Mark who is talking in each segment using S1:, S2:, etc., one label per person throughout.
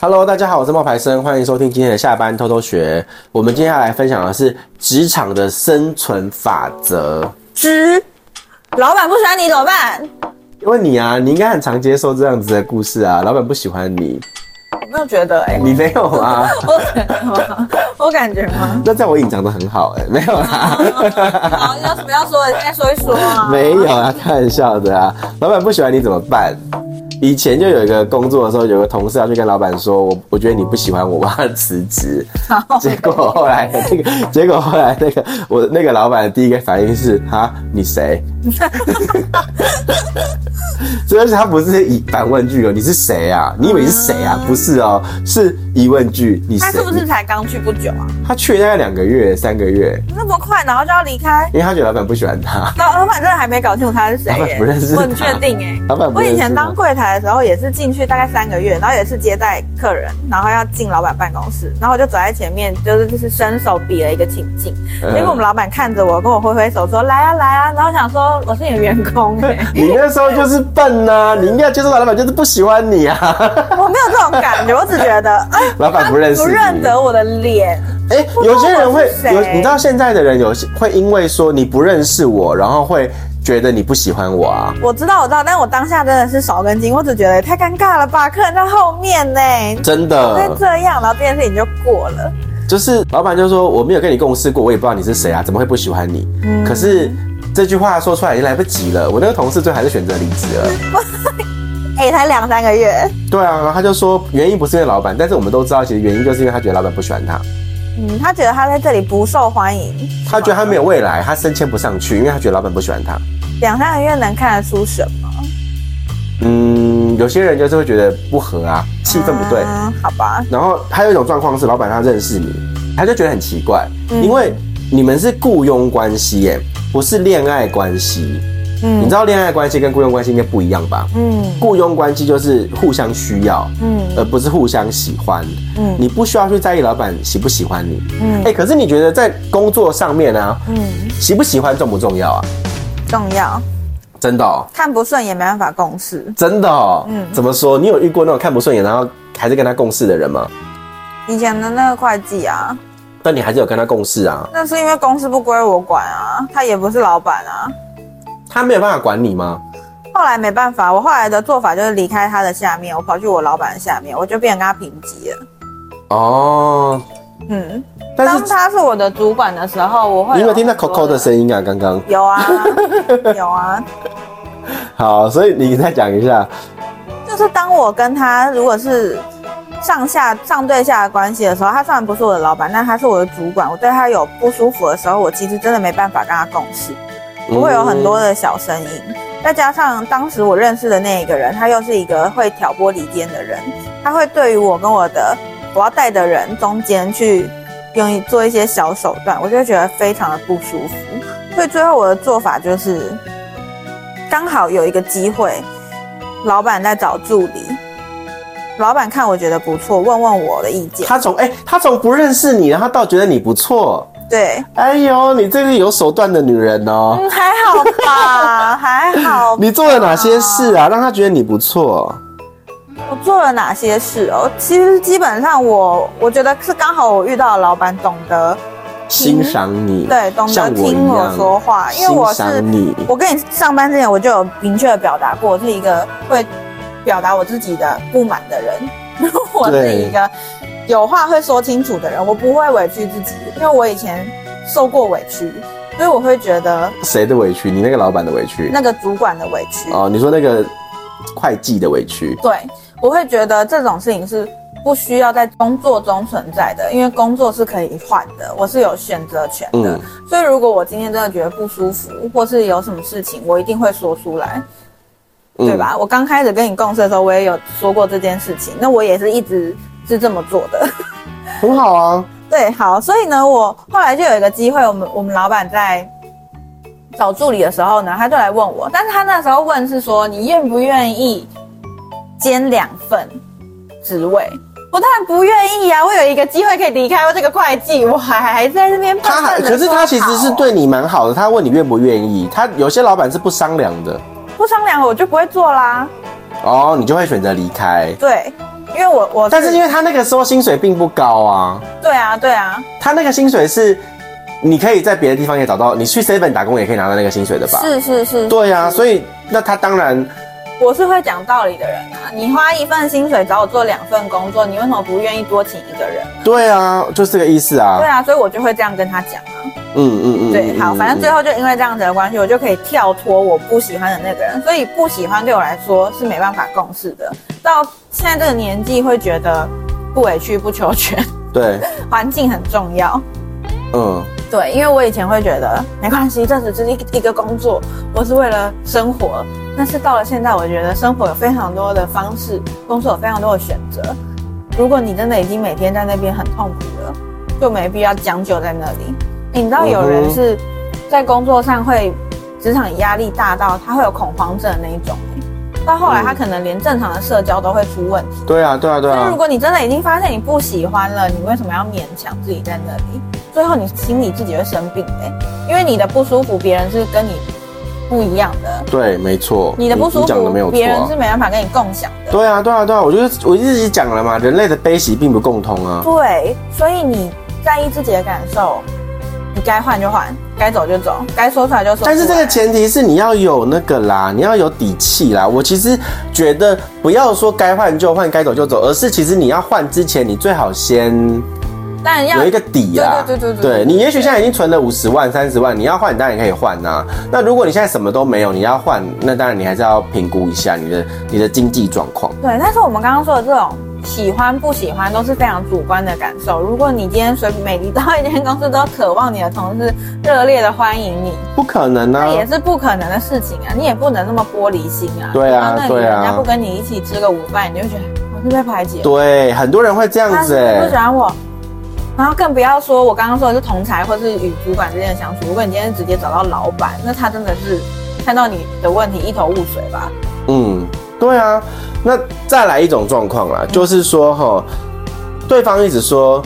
S1: Hello，大家好，我是冒牌生，欢迎收听今天的下班偷偷学。我们今天要来分享的是职场的生存法则。
S2: 之，老板不喜欢你怎么办？
S1: 问你啊，你应该很常接受这样子的故事啊，老板不喜欢你，
S2: 我没有觉得哎、
S1: 你没有啊？
S2: 我感觉吗？我 感觉吗？
S1: 那在我隐藏的很好哎、没有啦。
S2: 好，有什么要说的，再说一说啊。
S1: 没有啊，开玩笑的啊。老板不喜欢你怎么办？以前就有一个工作的时候，有个同事要去跟老板说，我我觉得你不喜欢我，我要辞职。 结果后来那个，结果后来那个我那个老板的第一个反应是啊，你谁？ 所以他不是以反问句哦，你是谁啊？你以为你是谁啊？不是哦，是疑问句，你
S2: 嗯他
S1: 谁
S2: 是？不是才刚去不久啊？
S1: 他去了大概两个月、三个月，
S2: 那么快，然后就要离开？
S1: 因为他觉得老板不喜欢他。
S2: 老老板真的还没搞清楚他是谁
S1: 老
S2: 耶、
S1: 板不认识
S2: 我很
S1: 他
S2: 确定哎、
S1: 老板不
S2: 我
S1: 认识
S2: 以前
S1: 吗
S2: 当柜台的时候也是进去大概三个月，然后也是接待客人，然后要进老板办公室，然后我就走在前面，就是就是伸手比了一个请进，
S1: 嗯
S2: 结果我们老板看着我，跟我挥挥手说来啊来啊，然后我想说我是你的员工哎、
S1: 你那时候就是笨呐、你应该接受到老板就是不喜欢你 啊，
S2: 我没有这种感觉，我只觉得哎，
S1: 老板不认识
S2: 不
S1: 你。
S2: 认得我的脸，
S1: 哎、
S2: 不知道
S1: 有些人
S2: 我
S1: 会
S2: 是谁
S1: 有，你知道现在的人有些会因为说你不认识我，然后会觉得你不喜欢我啊。
S2: 我知道我知道，但我当下真的是少根筋，我只觉得太尴尬了吧，客人在后面呢、
S1: 真
S2: 会
S1: 的，
S2: 这样，然后这件事情就过了。
S1: 就是老板就说我没有跟你共事过，我也不知道你是谁啊，怎么会不喜欢你？
S2: 嗯
S1: 可是这句话说出来已经来不及了，我那个同事最后还是选择离职了。
S2: 哎、才两三个月，
S1: 对啊，然后他就说原因不是因为老板，但是我们都知道，其实原因就是因为他觉得老板不喜欢他，
S2: 嗯，他觉得他在这里不受欢迎，
S1: 他觉得他没有未来，他升迁不上去，因为他觉得老板不喜欢他。
S2: 两三个月能看得出什么？
S1: 嗯，有些人就是会觉得不合啊，气氛不对。
S2: 嗯，好吧，
S1: 然后还有一种状况是，老板他认识你，他就觉得很奇怪，
S2: 嗯
S1: 因为你们是雇佣关系耶，不是恋爱关系。你
S2: 嗯
S1: 知道恋爱关系跟雇佣关系应该不一样吧？
S2: 嗯
S1: 雇佣关系就是互相需要，
S2: 嗯
S1: 而不是互相喜欢。
S2: 嗯
S1: 你不需要去在意老板喜不喜欢你。哎、
S2: 嗯
S1: 可是你觉得在工作上面啊，
S2: 嗯，
S1: 喜不喜欢重不重要啊？
S2: 重要，
S1: 真的、哦，
S2: 看不顺也没办法共事。
S1: 真的、哦。
S2: 嗯
S1: 怎么说？你有遇过那种看不顺眼，然后还是跟他共事的人吗？
S2: 以前的那个会计啊，
S1: 但你还是有跟他共事啊？
S2: 那是因为公司不归我管啊，他也不是老板啊。
S1: 他没有办法管你吗？
S2: 后来没办法，我后来的做法就是离开他的下面，我跑去我老板的下面，我就变成跟他平级了。
S1: 哦，
S2: 嗯，
S1: 但
S2: 当
S1: 是
S2: 他是我的主管的时候，我会
S1: 你有没有听到 Coco 的
S2: 音？
S1: 声音啊？刚刚
S2: 有啊，有啊，
S1: 好，所以你再讲一下，
S2: 就是当我跟他如果是上下上对下的关系的时候，他虽然不是我的老板，但他是我的主管，我对他有不舒服的时候，我其实真的没办法跟他共事。 不会有
S1: 嗯
S2: 很多的小声音。再加上当时我认识的那一个人，他又是一个会挑拨离间的人，他会对于我跟我的我要带的人中间去用一做一些小手段，我就会觉得非常的不舒服。所以最后我的做法就是，刚好有一个机会，老板在找助理，老板看我觉得不错，问问我的意见。
S1: 他从哎、他从不认识你，然后到觉得你不错。
S2: 对，
S1: 哎呦，你这个有手段的女人哦！
S2: 嗯，还好 吧，还好吧。
S1: 你做了哪些事啊，让他觉得你不错？
S2: 我做了哪些事哦？其实基本上我，我觉得是刚好我遇到的老板懂得
S1: 欣赏你，
S2: 嗯对，懂得
S1: 像我
S2: 听
S1: 一
S2: 我
S1: 样
S2: 说话，因为我
S1: 欣
S2: 是
S1: 赏你
S2: 我跟你上班之前我就有明确的表达过，我是一个会表达我自己的不满的人， 我是一个有话会说清楚的人，我不会委屈自己，因为我以前受过委屈，所以我会觉得
S1: 谁的委屈？你那个老板的委屈？
S2: 那个主管的委屈
S1: 哦，你说那个会计的委屈？
S2: 对，我会觉得这种事情是不需要在工作中存在的，因为工作是可以换的，我是有选择权的。
S1: 嗯
S2: 所以如果我今天真的觉得不舒服，或是有什么事情，我一定会说出来，
S1: 嗯
S2: 对？吧？我刚开始跟你共事的时候，我也有说过这件事情，那我也是一直是这么做的。
S1: 很好啊，
S2: 对，好，所以呢，我后来就有一个机会，我们我们老板在找助理的时候呢，他就来问我，但是他那时候问是说你愿不愿意兼两份职位？我当然不愿意啊！我有一个机会可以离开这个会计，我还还在这边
S1: 他
S2: 笨
S1: 还
S2: 笨地
S1: 可是他其
S2: 说
S1: 实
S2: 好
S1: 是对你蛮好的，他问你愿不愿意，他有些老板是不商量的。
S2: 不商量，我就不会做啦。
S1: 哦，你就会选择离开。
S2: 对，因为我我
S1: 但是因为他那个时候薪水并不高啊，
S2: 对啊对啊
S1: 他那个薪水是你可以在别的地方也找到，你去 seven 打工也可以拿到那个薪水的吧？
S2: 是是是，
S1: 对啊，
S2: 是
S1: 所以那他当然
S2: 我是会讲道理的人啊。你花一份薪水找我做两份工作，你为什么不愿意多请一个人？
S1: 对啊，就是这个意思啊
S2: 对。啊，所以我就会这样跟他讲。啊
S1: 嗯嗯嗯，
S2: 对，
S1: 嗯
S2: 好，
S1: 嗯
S2: 反正
S1: 嗯
S2: 最后就因为这样子的关系，我就可以跳脱我不喜欢的那个人，所以不喜欢对我来说是没办法共事的。到现在这个年纪，会觉得不委曲不求全，
S1: 嗯对，
S2: 环境很重要。
S1: 嗯，
S2: 对，因为我以前会觉得没关系，这只是一一个工作，我是为了生活。但是到了现在，我觉得生活有非常多的方式，工作有非常多的选择。如果你真的已经每天在那边很痛苦了，就没必要将就在那里。你知道有
S1: 嗯
S2: 人
S1: 哼
S2: 是在工作上会职场压力大到他会有恐慌症的那一种、欸到后来他
S1: 嗯
S2: 可能连正常的社交都会出问题。
S1: 对啊，对啊，对
S2: 就是如
S1: 啊，
S2: 果你真的已经发现你不喜欢了，你为什么要勉强自己在那里？最后你心里自己会生病的、因为你的不舒服，别人是跟你不一样的，
S1: 对，没错，
S2: 你的不舒
S1: 你讲的没有
S2: 服，
S1: 错
S2: 别人
S1: 啊
S2: 是。没办法跟你共享的。
S1: 对啊，对啊，对啊，我就是我一直讲了嘛，人类的悲喜并不共通啊。
S2: 对，所以你在意自己的感受，你该换就换，该走就走，该说出来就说出来。
S1: 但是这个前提是你要有那个啦，你要有底气啦。我其实觉得不要说该换就换，该走就走，而是其实你要换之前，你最好先
S2: 当然要
S1: 有一个底啦。
S2: 对对对对对
S1: 你也许现在已经存了五十万、三十万，你要换，你当然也可以换呐、那如果你现在什么都没有，你要换，那当然你还是要评估一下你的你的经济状况。
S2: 对，但是我们刚刚说的这种喜欢不喜欢都是非常主观的感受。如果你今天随每离到一间公司都渴望你的同事热烈的欢迎你，
S1: 不可能啊
S2: 那！也是不可能的事情啊，你也不能那么玻璃心啊。
S1: 对啊
S2: 然后那
S1: 对
S2: 你
S1: 啊
S2: 人家不跟你一起吃个午饭，你就觉得我是被排挤，
S1: 对，很多人会这样
S2: 他
S1: 子
S2: 是不
S1: 哎、
S2: 是不喜欢我。然后更不要说我刚刚说的是同才或是与主管之间的相处。如果你今天直接找到老板，那他真的是看到你的问题一头雾水吧？
S1: 嗯，对啊。那再来一种状况啦，就是说哈，对方一直说，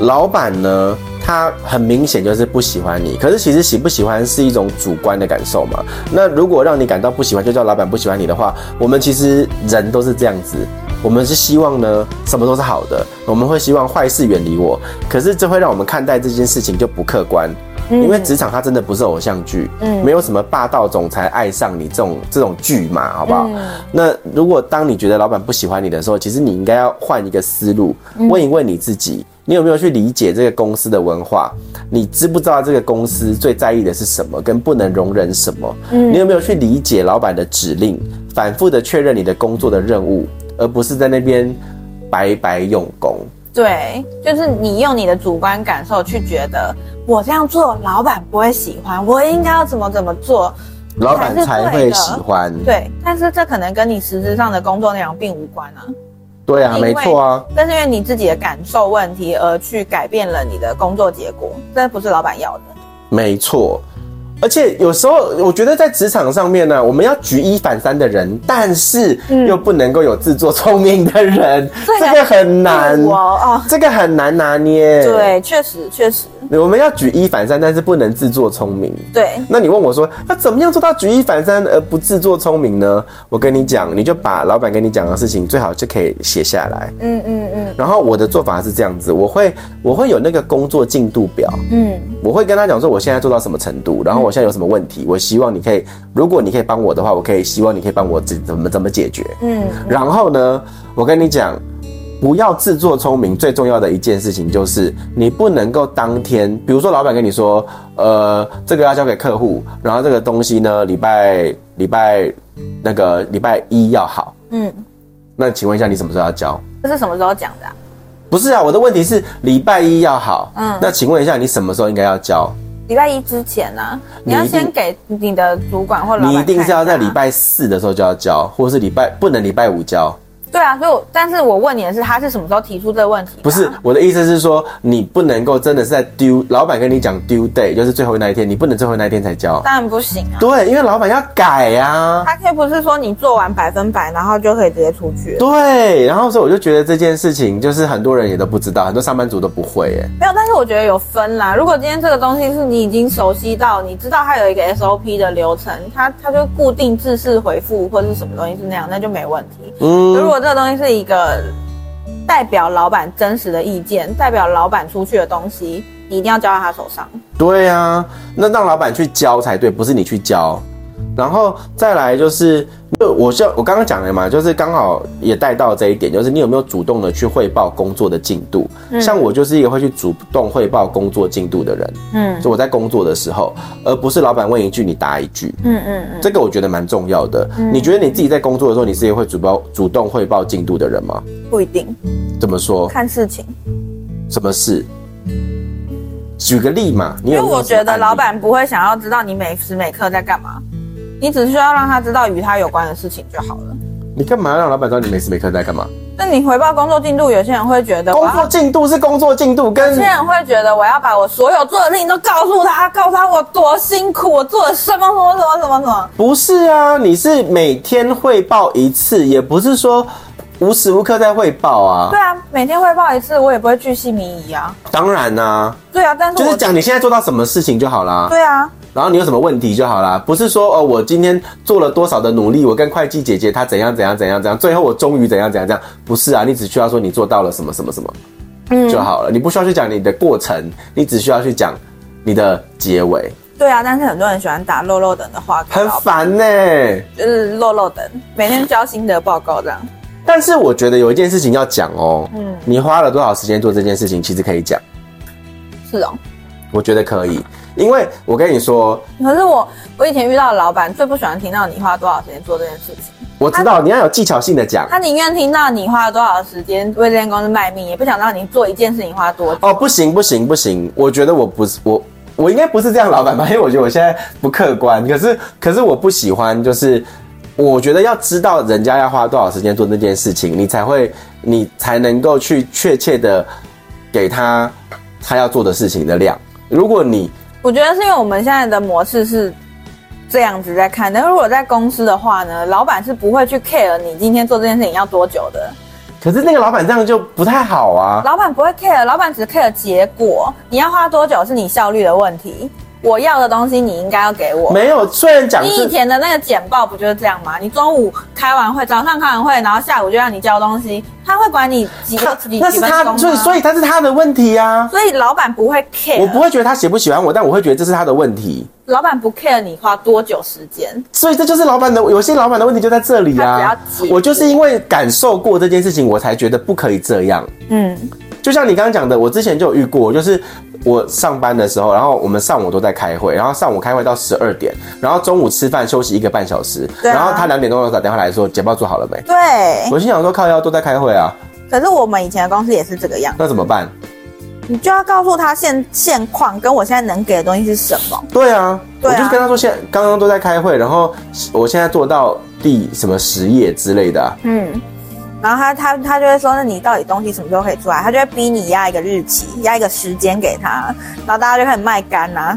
S1: 老板呢，他很明显就是不喜欢你，可是其实喜不喜欢是一种主观的感受嘛。那如果让你感到不喜欢，就叫老板不喜欢你的话，我们其实人都是这样子。我们是希望呢，什么都是好的，我们会希望坏事远离我。可是这会让我们看待这件事情就不客观，因为职场它真的不是偶像剧，
S2: 嗯
S1: 没有什么霸道总裁爱上你这种这种剧嘛，好不好？
S2: 嗯
S1: 那如果当你觉得老板不喜欢你的时候，其实你应该要换一个思路，
S2: 嗯
S1: 问一问你自己，你有没有去理解这个公司的文化？你知不知道这个公司最在意的是什么，跟不能容忍什么？
S2: 嗯
S1: 你有没有去理解老板的指令，反复的确认你的工作的任务，而不是在那边白白用功？
S2: 对，就是你用你的主观感受去觉得我这样做，老板不会喜欢，我应该要怎么怎么做。
S1: 老板才会喜欢。
S2: 对，但是这可能跟你实质上的工作内容并无关啊，
S1: 对啊，
S2: 因为
S1: 没错啊。
S2: 但是因为你自己的感受问题而去改变了你的工作结果，这不是老板要的。
S1: 没错，而且有时候我觉得在职场上面呢、我们要举一反三的人，但是
S2: 嗯
S1: 又不能够有自作聪明的人，
S2: 这
S1: 这
S2: 个
S1: 个很难，
S2: 我哦，
S1: 这个很难拿捏。，
S2: 对，确实确实
S1: 我们要举一反三，但是不能自作聪明。
S2: 对，
S1: 那你问我说，那怎么样做到举一反三而不自作聪明呢？我跟你讲，你就把老板跟你讲的事情最好就可以写下来。
S2: 嗯嗯嗯
S1: 然后我的做法是这样子，我会我会有那个工作进度表，
S2: 嗯，
S1: 我会跟他讲说，我现在做到什么程度，然后我现在有什么问题，我希望你可以，如果你可以帮我的话，我可以希望你可以帮我怎怎么怎么解决。
S2: 嗯，
S1: 然后呢，我跟你讲，不要自作聪明。最重要的一件事情就是，你不能够当天，比如说老板跟你说，呃，这个要交给客户，然后这个东西呢，礼拜礼拜那个礼拜一要好。
S2: 嗯，
S1: 那请问一下，你什么时候要交？
S2: 这是什么时候讲的、啊？
S1: 不是啊，我的问题是礼拜一要好。
S2: 嗯
S1: 那请问一下，你什么时候应该要交？
S2: 礼拜一之前呢、啊，
S1: 你
S2: 你
S1: 一
S2: 要
S1: 定
S2: 先给你的主管或老板
S1: 你
S2: 看下啊，
S1: 一定是要在礼拜四的时候就要交，或者是礼拜不能礼拜五交。
S2: 对啊，所以我但是我问你的是，他是什么时候提出这个问题、
S1: 不是，我的意思是说，你不能够真的是在丢，老板跟你讲 due day 就是最后那一天，你不能最后那一天才交。
S2: 当然不行啊。
S1: 对，因为老板要改啊。
S2: 他可以不是说你做完百分百，然后就可以直接出去。
S1: 对，然后所以我就觉得这件事情就是很多人也都不知道，很多上班族都不会耶。
S2: 没有，但是我觉得有分啦。如果今天这个东西是你已经熟悉到，你知道它有一个 SOP 的流程，它它就固定制式回复或是什么东西是那样，那就没问题。
S1: 嗯
S2: 如果果这个东西是一个代表老板真实的意见，代表老板出去的东西，你一定要交到他手上。
S1: 对啊，那让老板去教才对，不是你去教。然后再来就是，就我像我刚刚讲的嘛，就是刚好也带到这一点，就是你有没有主动的去汇报工作的进度？像我就是一个会去主动汇报工作进度的人，
S2: 嗯
S1: 就我在工作的时候，而不是老板问一句你答一句，
S2: 嗯嗯嗯，
S1: 这个我觉得蛮重要的。你觉得你自己在工作的时候，你是一个会主报主动汇报进度的人吗？
S2: 不一定
S1: 怎么说？
S2: 看事情，
S1: 什么事？举个例嘛，你
S2: 因
S1: 有
S2: 为
S1: 没有
S2: 我觉
S1: 什么
S2: 得
S1: 案例
S2: 老板不会想要知道你每时每刻在干嘛，你只需要让他知道与他有关的事情就好了。
S1: 你干嘛让老板知道你每时每刻在干嘛？
S2: 那你回报工作进度，有些人会觉得我
S1: 工
S2: 要
S1: 作进度是工作进度，跟
S2: 有些人会觉得我要把我所有做的事情都告诉他，告诉他我多辛苦，我做了什么什么什么什么什么。
S1: 不是啊，你是每天汇报一次，也不是说无时无刻在汇报啊
S2: 对。啊，每天汇报一次，我也不会巨细靡遗啊。
S1: 当然啦、
S2: 对啊，但是
S1: 就
S2: 我
S1: 是讲你现在做到什么事情就好啦，
S2: 对啊，
S1: 然后你有什么问题就好啦，不是说哦我今天做了多少的努力，我跟会计姐姐她怎样怎样怎样怎样，最后我终于怎样怎样怎样，不是啊，你只需要说你做到了什么什么什么
S2: 嗯，
S1: 就好了，你不需要去讲你的过程，你只需要去讲你的结尾，
S2: 对啊，但是很多人喜欢打漏漏等的话，
S1: 很烦呢、
S2: 就是漏漏等，每天交心得报告这样。
S1: 但是我觉得有一件事情要讲哦，嗯，你花了多少时间做这件事情，其实可以讲，
S2: 是哦，
S1: 我觉得可以，因为我跟你说，
S2: 可是我我以前遇到的老板最不喜欢听到你花多少时间做这件事情，
S1: 我知道你要有技巧性的讲。
S2: 他宁愿听到你花了多少时间为这间公司卖命，也不想让你做一件事情花多久。
S1: 哦，不行不行不行，我觉得我不是我。我应该不是这样老板吧？因为我觉得我现在不客观，可是可是我不喜欢，就是我觉得要知道人家要花多少时间做那件事情，你才会你才能够去确切的给他他要做的事情的量。如果你
S2: 我觉得是因为我们现在的模式是这样子在看，但是如果在公司的话呢，老板是不会去 care 你今天做这件事情要多久的，
S1: 可是那个老板这样就不太好啊。
S2: 老板不会 care，老板只 care 结果，你要花多久是你效率的问题，我要的东西你应该要给我。
S1: 没有，虽然讲
S2: 你以
S1: 是
S2: 前的那个简报不就是这样吗？你中午开完会，早上开完会，然后下午就让你交东西，他会管你几
S1: 他
S2: 几
S1: 那
S2: 几
S1: 是
S2: 分
S1: 他，
S2: 钟
S1: 所以
S2: 吗？
S1: 所以他是他的问题啊。
S2: 所以老板不会 care，
S1: 我不会觉得他喜不喜欢我，但我会觉得这是他的问题。
S2: 老板不 care 你花多久时间，
S1: 所以这就是老板的，有些老板的问题就在这里啊
S2: 他只要。急
S1: 我就是因为感受过这件事情，我才觉得不可以这样。
S2: 嗯
S1: 就像你刚刚讲的，我之前就有遇过，就是我上班的时候，然后我们上午都在开会，然后上午开会到十二点，然后中午吃饭休息一个半小时，
S2: 对啊
S1: 然后他两点钟又打电话来说简报做好了没？
S2: 对。
S1: 我心想说靠腰都在开会啊，
S2: 可是我们以前的公司也是这个样，
S1: 那怎么办？
S2: 你就要告诉他现现况跟我现在能给的东西是什么。
S1: 对啊，
S2: 对啊
S1: 我就是跟他说现刚刚都在开会，然后我现在做到第什么十页之类的啊、
S2: 嗯，然后他他他就会说，那你到底东西什么时候可以出来？他就会逼你压一个日期，压一个时间给他，然后大家就很卖干呐、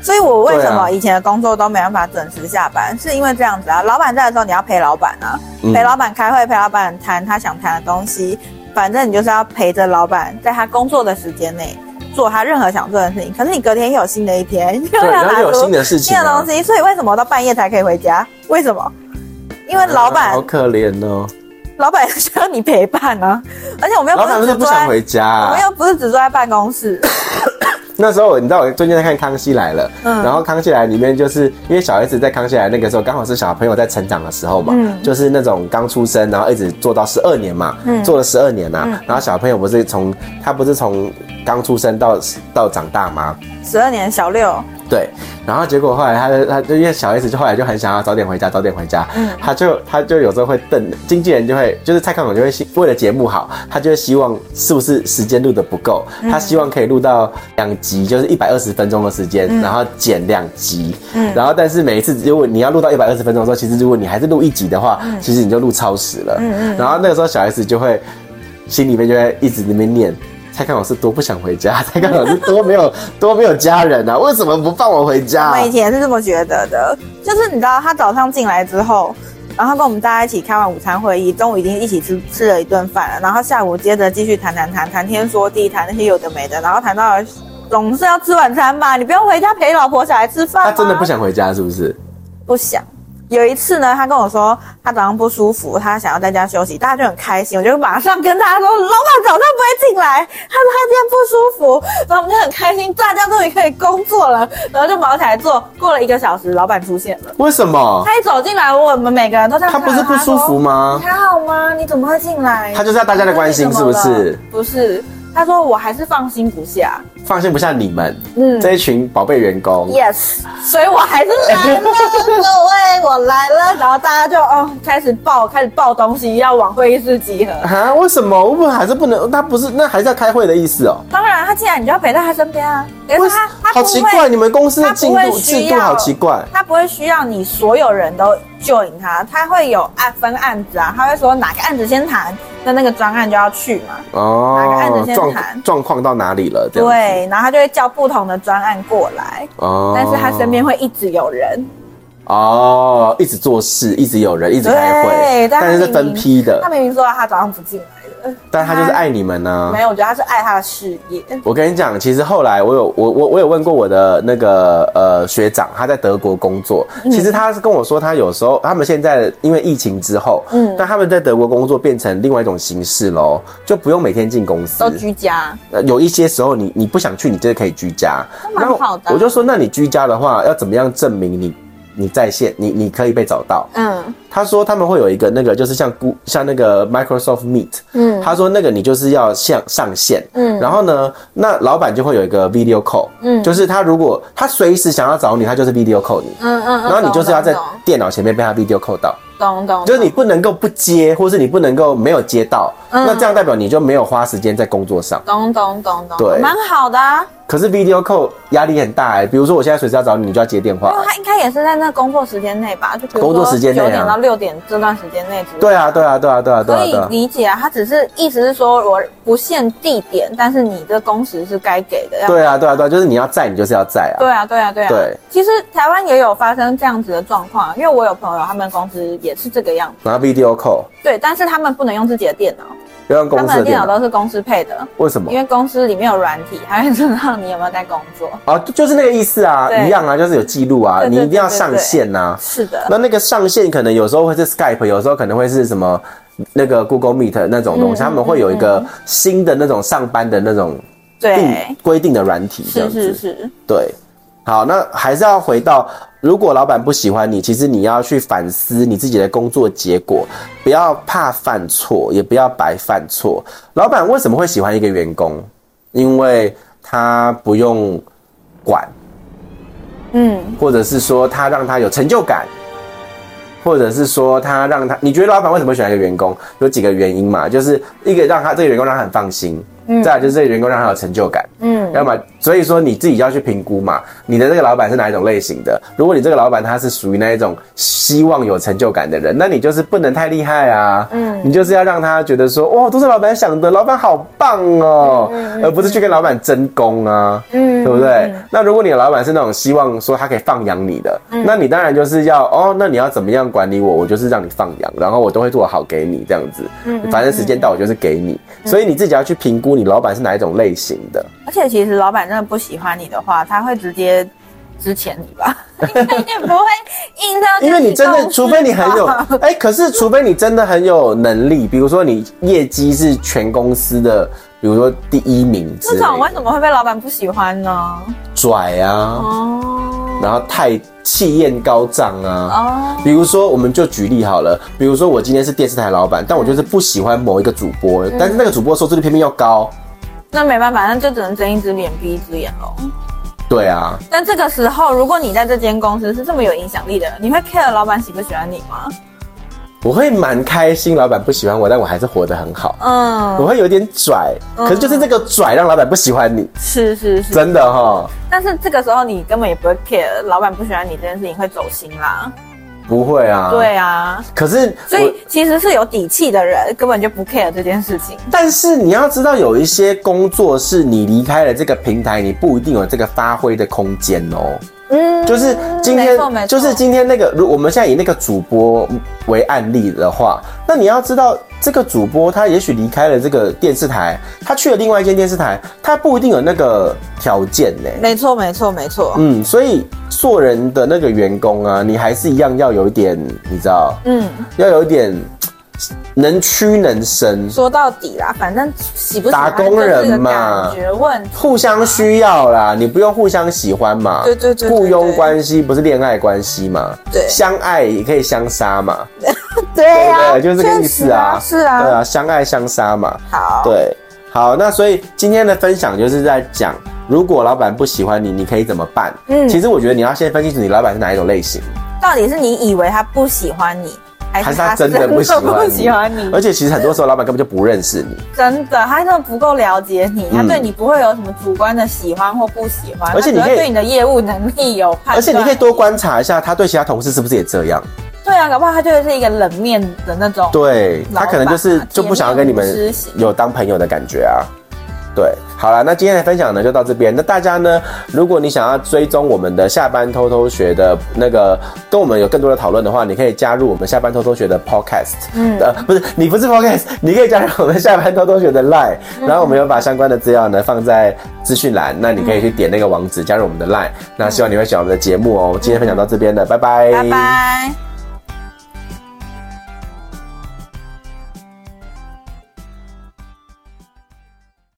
S2: 所以我为什
S1: 对
S2: 么
S1: 啊
S2: 以前的工作都没办法准时下班，是因为这样子啊，老板在的时候你要陪老板啊，
S1: 嗯
S2: 陪老板开会，陪老板谈他想谈的东西，反正你就是要陪着老板，在他工作的时间内做他任何想做的事情。可是你隔天又有新的一天，又
S1: 对，
S2: 要
S1: 然
S2: 拿
S1: 后又有
S2: 出
S1: 新的事情、
S2: 新的
S1: 啊
S2: 东，西，所以为什么我到半夜才可以回家？为什么？因
S1: 啊
S2: 为老板、
S1: 好可怜哦，
S2: 老板需要你陪伴啊，而且我们又
S1: 老板
S2: 不
S1: 不是
S2: 是只
S1: 不
S2: 坐
S1: 想
S2: 在，
S1: 回家、啊
S2: 我们又不是只坐在办公室，
S1: 那时候你知道我最近在看《康熙来了》，
S2: 嗯
S1: 然后《康熙来了》里面就是因为小 S 在《康熙来了》那个时候刚好是小朋友在成长的时候嘛，
S2: 嗯
S1: 就是那种刚出生，然后一直做到十二年嘛，
S2: 嗯
S1: 做了十二年呐、
S2: 嗯
S1: 然后小朋友不是从他不是从刚出生到到长大吗？
S2: 十二年小六，
S1: 对，然后结果后来他的他就因为小 S 就后来就很想要早点回家，早点回家，
S2: 嗯
S1: 他就他就有时候会瞪经纪人就会就是蔡康永就会希为了节目好，他就会希望是不是时间录的不够，
S2: 嗯
S1: 他希望可以录到两集，就是一百二十分钟的时间，然后剪两集，
S2: 嗯
S1: 然后但是每一次如果你要录到一百二十分钟的时候，其实如果你还是录一集的话，其实你就录超时了，
S2: 嗯嗯嗯
S1: 然后那个时候小 S 就会心里面就会一直那边念。蔡康永是多不想回家， 蔡康永是多没有 多没有家人啊！为什么不放我回家、
S2: 我们以前也是这么觉得的。就是你知道，他早上进来之后，然后跟我们大家一起开完午餐会议，中午已经一起吃吃了一顿饭了，然后下午接着继续谈谈谈谈天说地，谈那些有的没的，然后谈到了总是要吃晚餐吧，你不用回家陪老婆小孩吃饭吗
S1: 他真的不想回家，是不是？
S2: 不想，有一次呢，他跟我说他早上不舒服，他想要在家休息，大家就很开心，我就马上跟他说，老板早上不会进来，他说他今天不舒服，然后我们就很开心，大家终于可以工作了，然后就忙起来做。过了一个小时，老板出现了，
S1: 为什么？
S2: 他一走进来，我们每个人都在
S1: 他
S2: 看
S1: 不是不舒服
S2: 说
S1: 吗
S2: 你？还好吗？你怎么会进来？
S1: 他就是要大家的关心，
S2: 你
S1: 是
S2: 怎
S1: 不
S2: 么了
S1: 是？？
S2: 不是，他说我还是放心不下。
S1: 放心不下你们
S2: 嗯
S1: 这一群宝贝员工。
S2: Yes，所以我还是来了，各位，我来了。然后大家就哦开始抱，开始抱东西，要往会议室集合。
S1: 啊？为什么？我们还是不能？他不是那还是要开会的意思哦。
S2: 当然，他进来你就要陪在他身边啊。可
S1: 为
S2: 是他他
S1: 好
S2: 不
S1: 奇
S2: 会
S1: 怪，你们公司的
S2: 他
S1: 进
S2: 不会
S1: 度制
S2: 需
S1: 度
S2: 要
S1: 好奇怪。
S2: 他不会需要你所有人都 join 他，他会有按分案子啊，他会说哪个案子先谈，那那个专案就要去嘛。哪个案
S1: 哦
S2: 子，先
S1: 状
S2: 谈
S1: 状况到哪里了？这样子，
S2: 对，然后他就会叫不同的专案过来，
S1: 哦
S2: 但是他身边会一直有人，
S1: 哦，一直做事，一直有人，一直开会，
S2: 对但他
S1: 但是是
S2: 明
S1: 分批的
S2: 他，明明说他早上不进来的，
S1: 但他就是爱你们呢、
S2: 没有，我觉得他是爱他的事业。
S1: 我跟你讲，其实后来我有我我我有问过我的那个呃学长，他在德国工作。
S2: 嗯
S1: 其实他是跟我说，他有时候他们现在因为疫情之后，嗯
S2: 嗯，
S1: 但他们在德国工作变成另外一种形式喽，就不用每天进公司
S2: 都。居家，
S1: 呃有一些时候你你不想去，你真的可以居家。
S2: 那蛮
S1: 然后
S2: 好的啊
S1: 我就说，那你居家的话，要怎么样证明你你在线，你你可以被找到？
S2: 嗯
S1: 他说他们会有一个那个，就是像估像那个 Microsoft Meet，嗯，他说那个你就是要上上线，嗯，然后呢，那老板就会有一个 video call，嗯，就是他如果他随时想要找你，他就是 video call 你，
S2: 嗯嗯，
S1: 然后你就是要在
S2: 懂
S1: 电脑前面被他 video call 到，
S2: 懂懂，
S1: 就是你不能够不接，或是你不能够没有接到，
S2: 嗯
S1: 那这样代表你就没有花时间在工作上。
S2: 懂懂懂懂，
S1: 对
S2: 蛮好的啊，
S1: 可是 video call 压力很大哎、比如说我现在随时要找你，你就要接电话
S2: 因。为他应该也是在那工作时间内吧，就比如
S1: 啊工作时间内啊
S2: 九点到六点这段时间内之类的，
S1: 对啊，对啊，对啊，对啊，对啊，
S2: 可
S1: 对
S2: 以
S1: 啊。
S2: 理解啊，他只是意思是说我不限地点，但是你的工时是该给的，要
S1: 对啊，对啊，对啊，就是你要在，你就是要在啊。
S2: 对啊，对啊，对啊。
S1: 对，
S2: 其实台湾也有发生这样子的状况，因为我有朋友，他们公司也是这个样子。
S1: 然后 video call
S2: 对，但是他们不能用自己的电脑，
S1: 要用
S2: 他
S1: 公
S2: 们
S1: 司
S2: 的
S1: 的
S2: 电
S1: 电
S2: 脑
S1: 脑。
S2: 都是公司配的，
S1: 为什么
S2: 因？为公司里面有软体，还会知道你有没有在工作。
S1: 啊，就就是那个意思啊，
S2: 对
S1: 一样啊，就是有记录啊，
S2: 对对
S1: 你
S2: 对
S1: 一定要上线呐、啊。
S2: 是的，
S1: 那那个上线可能有时候会是 Skype，有时候可能会是什么那个 Google Meet 那种东西，
S2: 嗯
S1: 他们会有一个新的那种上班的那种定
S2: 对，
S1: 规定的软体这样
S2: 是
S1: 子。
S2: 是是，
S1: 对，好，那还是要回到，如果老板不喜欢你，其实你要去反思你自己的工作结果，不要怕犯错，也不要白犯错。老板为什么会喜欢一个员工？因为他不用管，
S2: 嗯，
S1: 或者是说他让他有成就感，或者是说他让他，你觉得老板为什么会喜欢一个员工？有几个原因嘛，就是一个让他这个员工让他很放心，再来就是这个员工让他有成就感，嗯，要么所以说你自己要去评估嘛，你的这个老板是哪一种类型的？如果你这个老板他是属于那一种希望有成就感的人，那你就是不能太厉害啊，嗯，你就是要让他觉得说，哇，都是老板想的，老板好棒哦，而不是去跟老板争功啊，嗯，对不对？那如果你的老板是那种希望说他可以放养你的，那你当然就是要哦，那你要怎么样管理我？我就是让你放养，然后我都会做好给你这样子。反正时间到我就是给你，所以你自己要去评估你老板是哪一种类型的。
S2: 而且其实老板真的不喜欢你的话，他会直接支遣你吧， 应该也不会硬要跟公司吧，
S1: 因为你真的，除非你很有， 哎、可是除非你真的很有能力，比如说你业绩是全公司的，比如说第一名之
S2: 这
S1: 类的
S2: 种为什么会被老板不喜欢呢？
S1: 拽啊，
S2: 哦
S1: 然后太气焰高涨啊，
S2: 哦。
S1: 比如说，我们就举例好了。比如说，我今天是电视台老板，但我就是不喜欢某一个主播，
S2: 嗯
S1: 但是那个主播收视率偏偏要高。
S2: 那没办法，那就只能睁一只眼闭一只眼喽。
S1: 对啊，
S2: 但这个时候，如果你在这间公司是这么有影响力的，你会 care 老板喜不喜欢你吗？
S1: 我会蛮开心，老板不喜欢我，但我还是活得很好。我
S2: 嗯，
S1: 会有点拽，可是就是这个拽让老板不喜欢你，
S2: 是是是。
S1: 真的哈，
S2: 但是这个时候你根本也不会 care 老板不喜欢你这件事情会走心啦。
S1: 不会啊。，
S2: 对啊，
S1: 可是
S2: 所
S1: 我
S2: 以其实是有底气的人根本就不 care 这件事情。
S1: 但是你要知道，有一些工作是你离开了这个平台，你不一定有这个发挥的空间哦。
S2: 嗯，
S1: 就是今
S2: 没错没
S1: 天，就
S2: 错
S1: 是今天那个，如我们现在以那个主播为案例的话，那你要知道，这个主播他也许离开了这个电视台，他去了另外一间电视台，他不一定有那个条件呢、
S2: 没错，没错，没错。
S1: 嗯，所以做人的那个员工啊，你还是一样要有一点，你知道，
S2: 嗯，
S1: 要有一点能屈能伸，
S2: 说到底啦，反正喜不喜
S1: 打
S2: 欢
S1: 工
S2: 就是个
S1: 人嘛
S2: 感觉问题。
S1: 互相需要啦，你不用互相喜欢嘛。
S2: 对对对对
S1: 雇佣关系不是恋爱关系嘛？
S2: 对
S1: 相爱也可以相杀嘛。
S2: 对呀、
S1: 对，就是这个意
S2: 确实
S1: 思啊。
S2: 是啊，
S1: 对啊，相爱相杀嘛。
S2: 好，
S1: 对，好，那所以今天的分享就是在讲，如果老板不喜欢你，你可以怎么办？
S2: 嗯
S1: 其实我觉得你要先分清楚你老板是哪一种类型，
S2: 到底是你以为他不喜欢你，还
S1: 还
S2: 是
S1: 是他
S2: 他
S1: 真的不喜欢你？
S2: 喜欢你？
S1: 而且其实很多时候老板根本就不认识你，
S2: 真的，他真的不够了解你，他对你不会有什么主观的喜欢或不喜欢，
S1: 嗯而且你
S2: 他
S1: 可
S2: 只
S1: 以
S2: 会对你的业务能力有判断。
S1: 而且你可以多观察一下他对其他同事是不是也这样。
S2: 对啊，搞不好他就是一个冷面的那种。
S1: 对他可能就是
S2: 老板啊
S1: 就不想要跟你
S2: 铁面无
S1: 们
S2: 私型
S1: 有当朋友的感觉啊。对，好了，那今天的分享呢就到这边。那大家呢，如果你想要追踪我们的下班偷偷学的那个，跟我们有更多的讨论的话，你可以加入我们下班偷偷学的 Podcast。嗯，呃，不是，你不是 Podcast，你可以加入我们下班偷偷学的 Line。然后我们有把相关的资料呢放在资讯栏，那你可以去点那个网址加入我们的 Line。那希望你会喜欢我们的节目哦。今天分享到这边了，拜拜，
S2: 拜拜。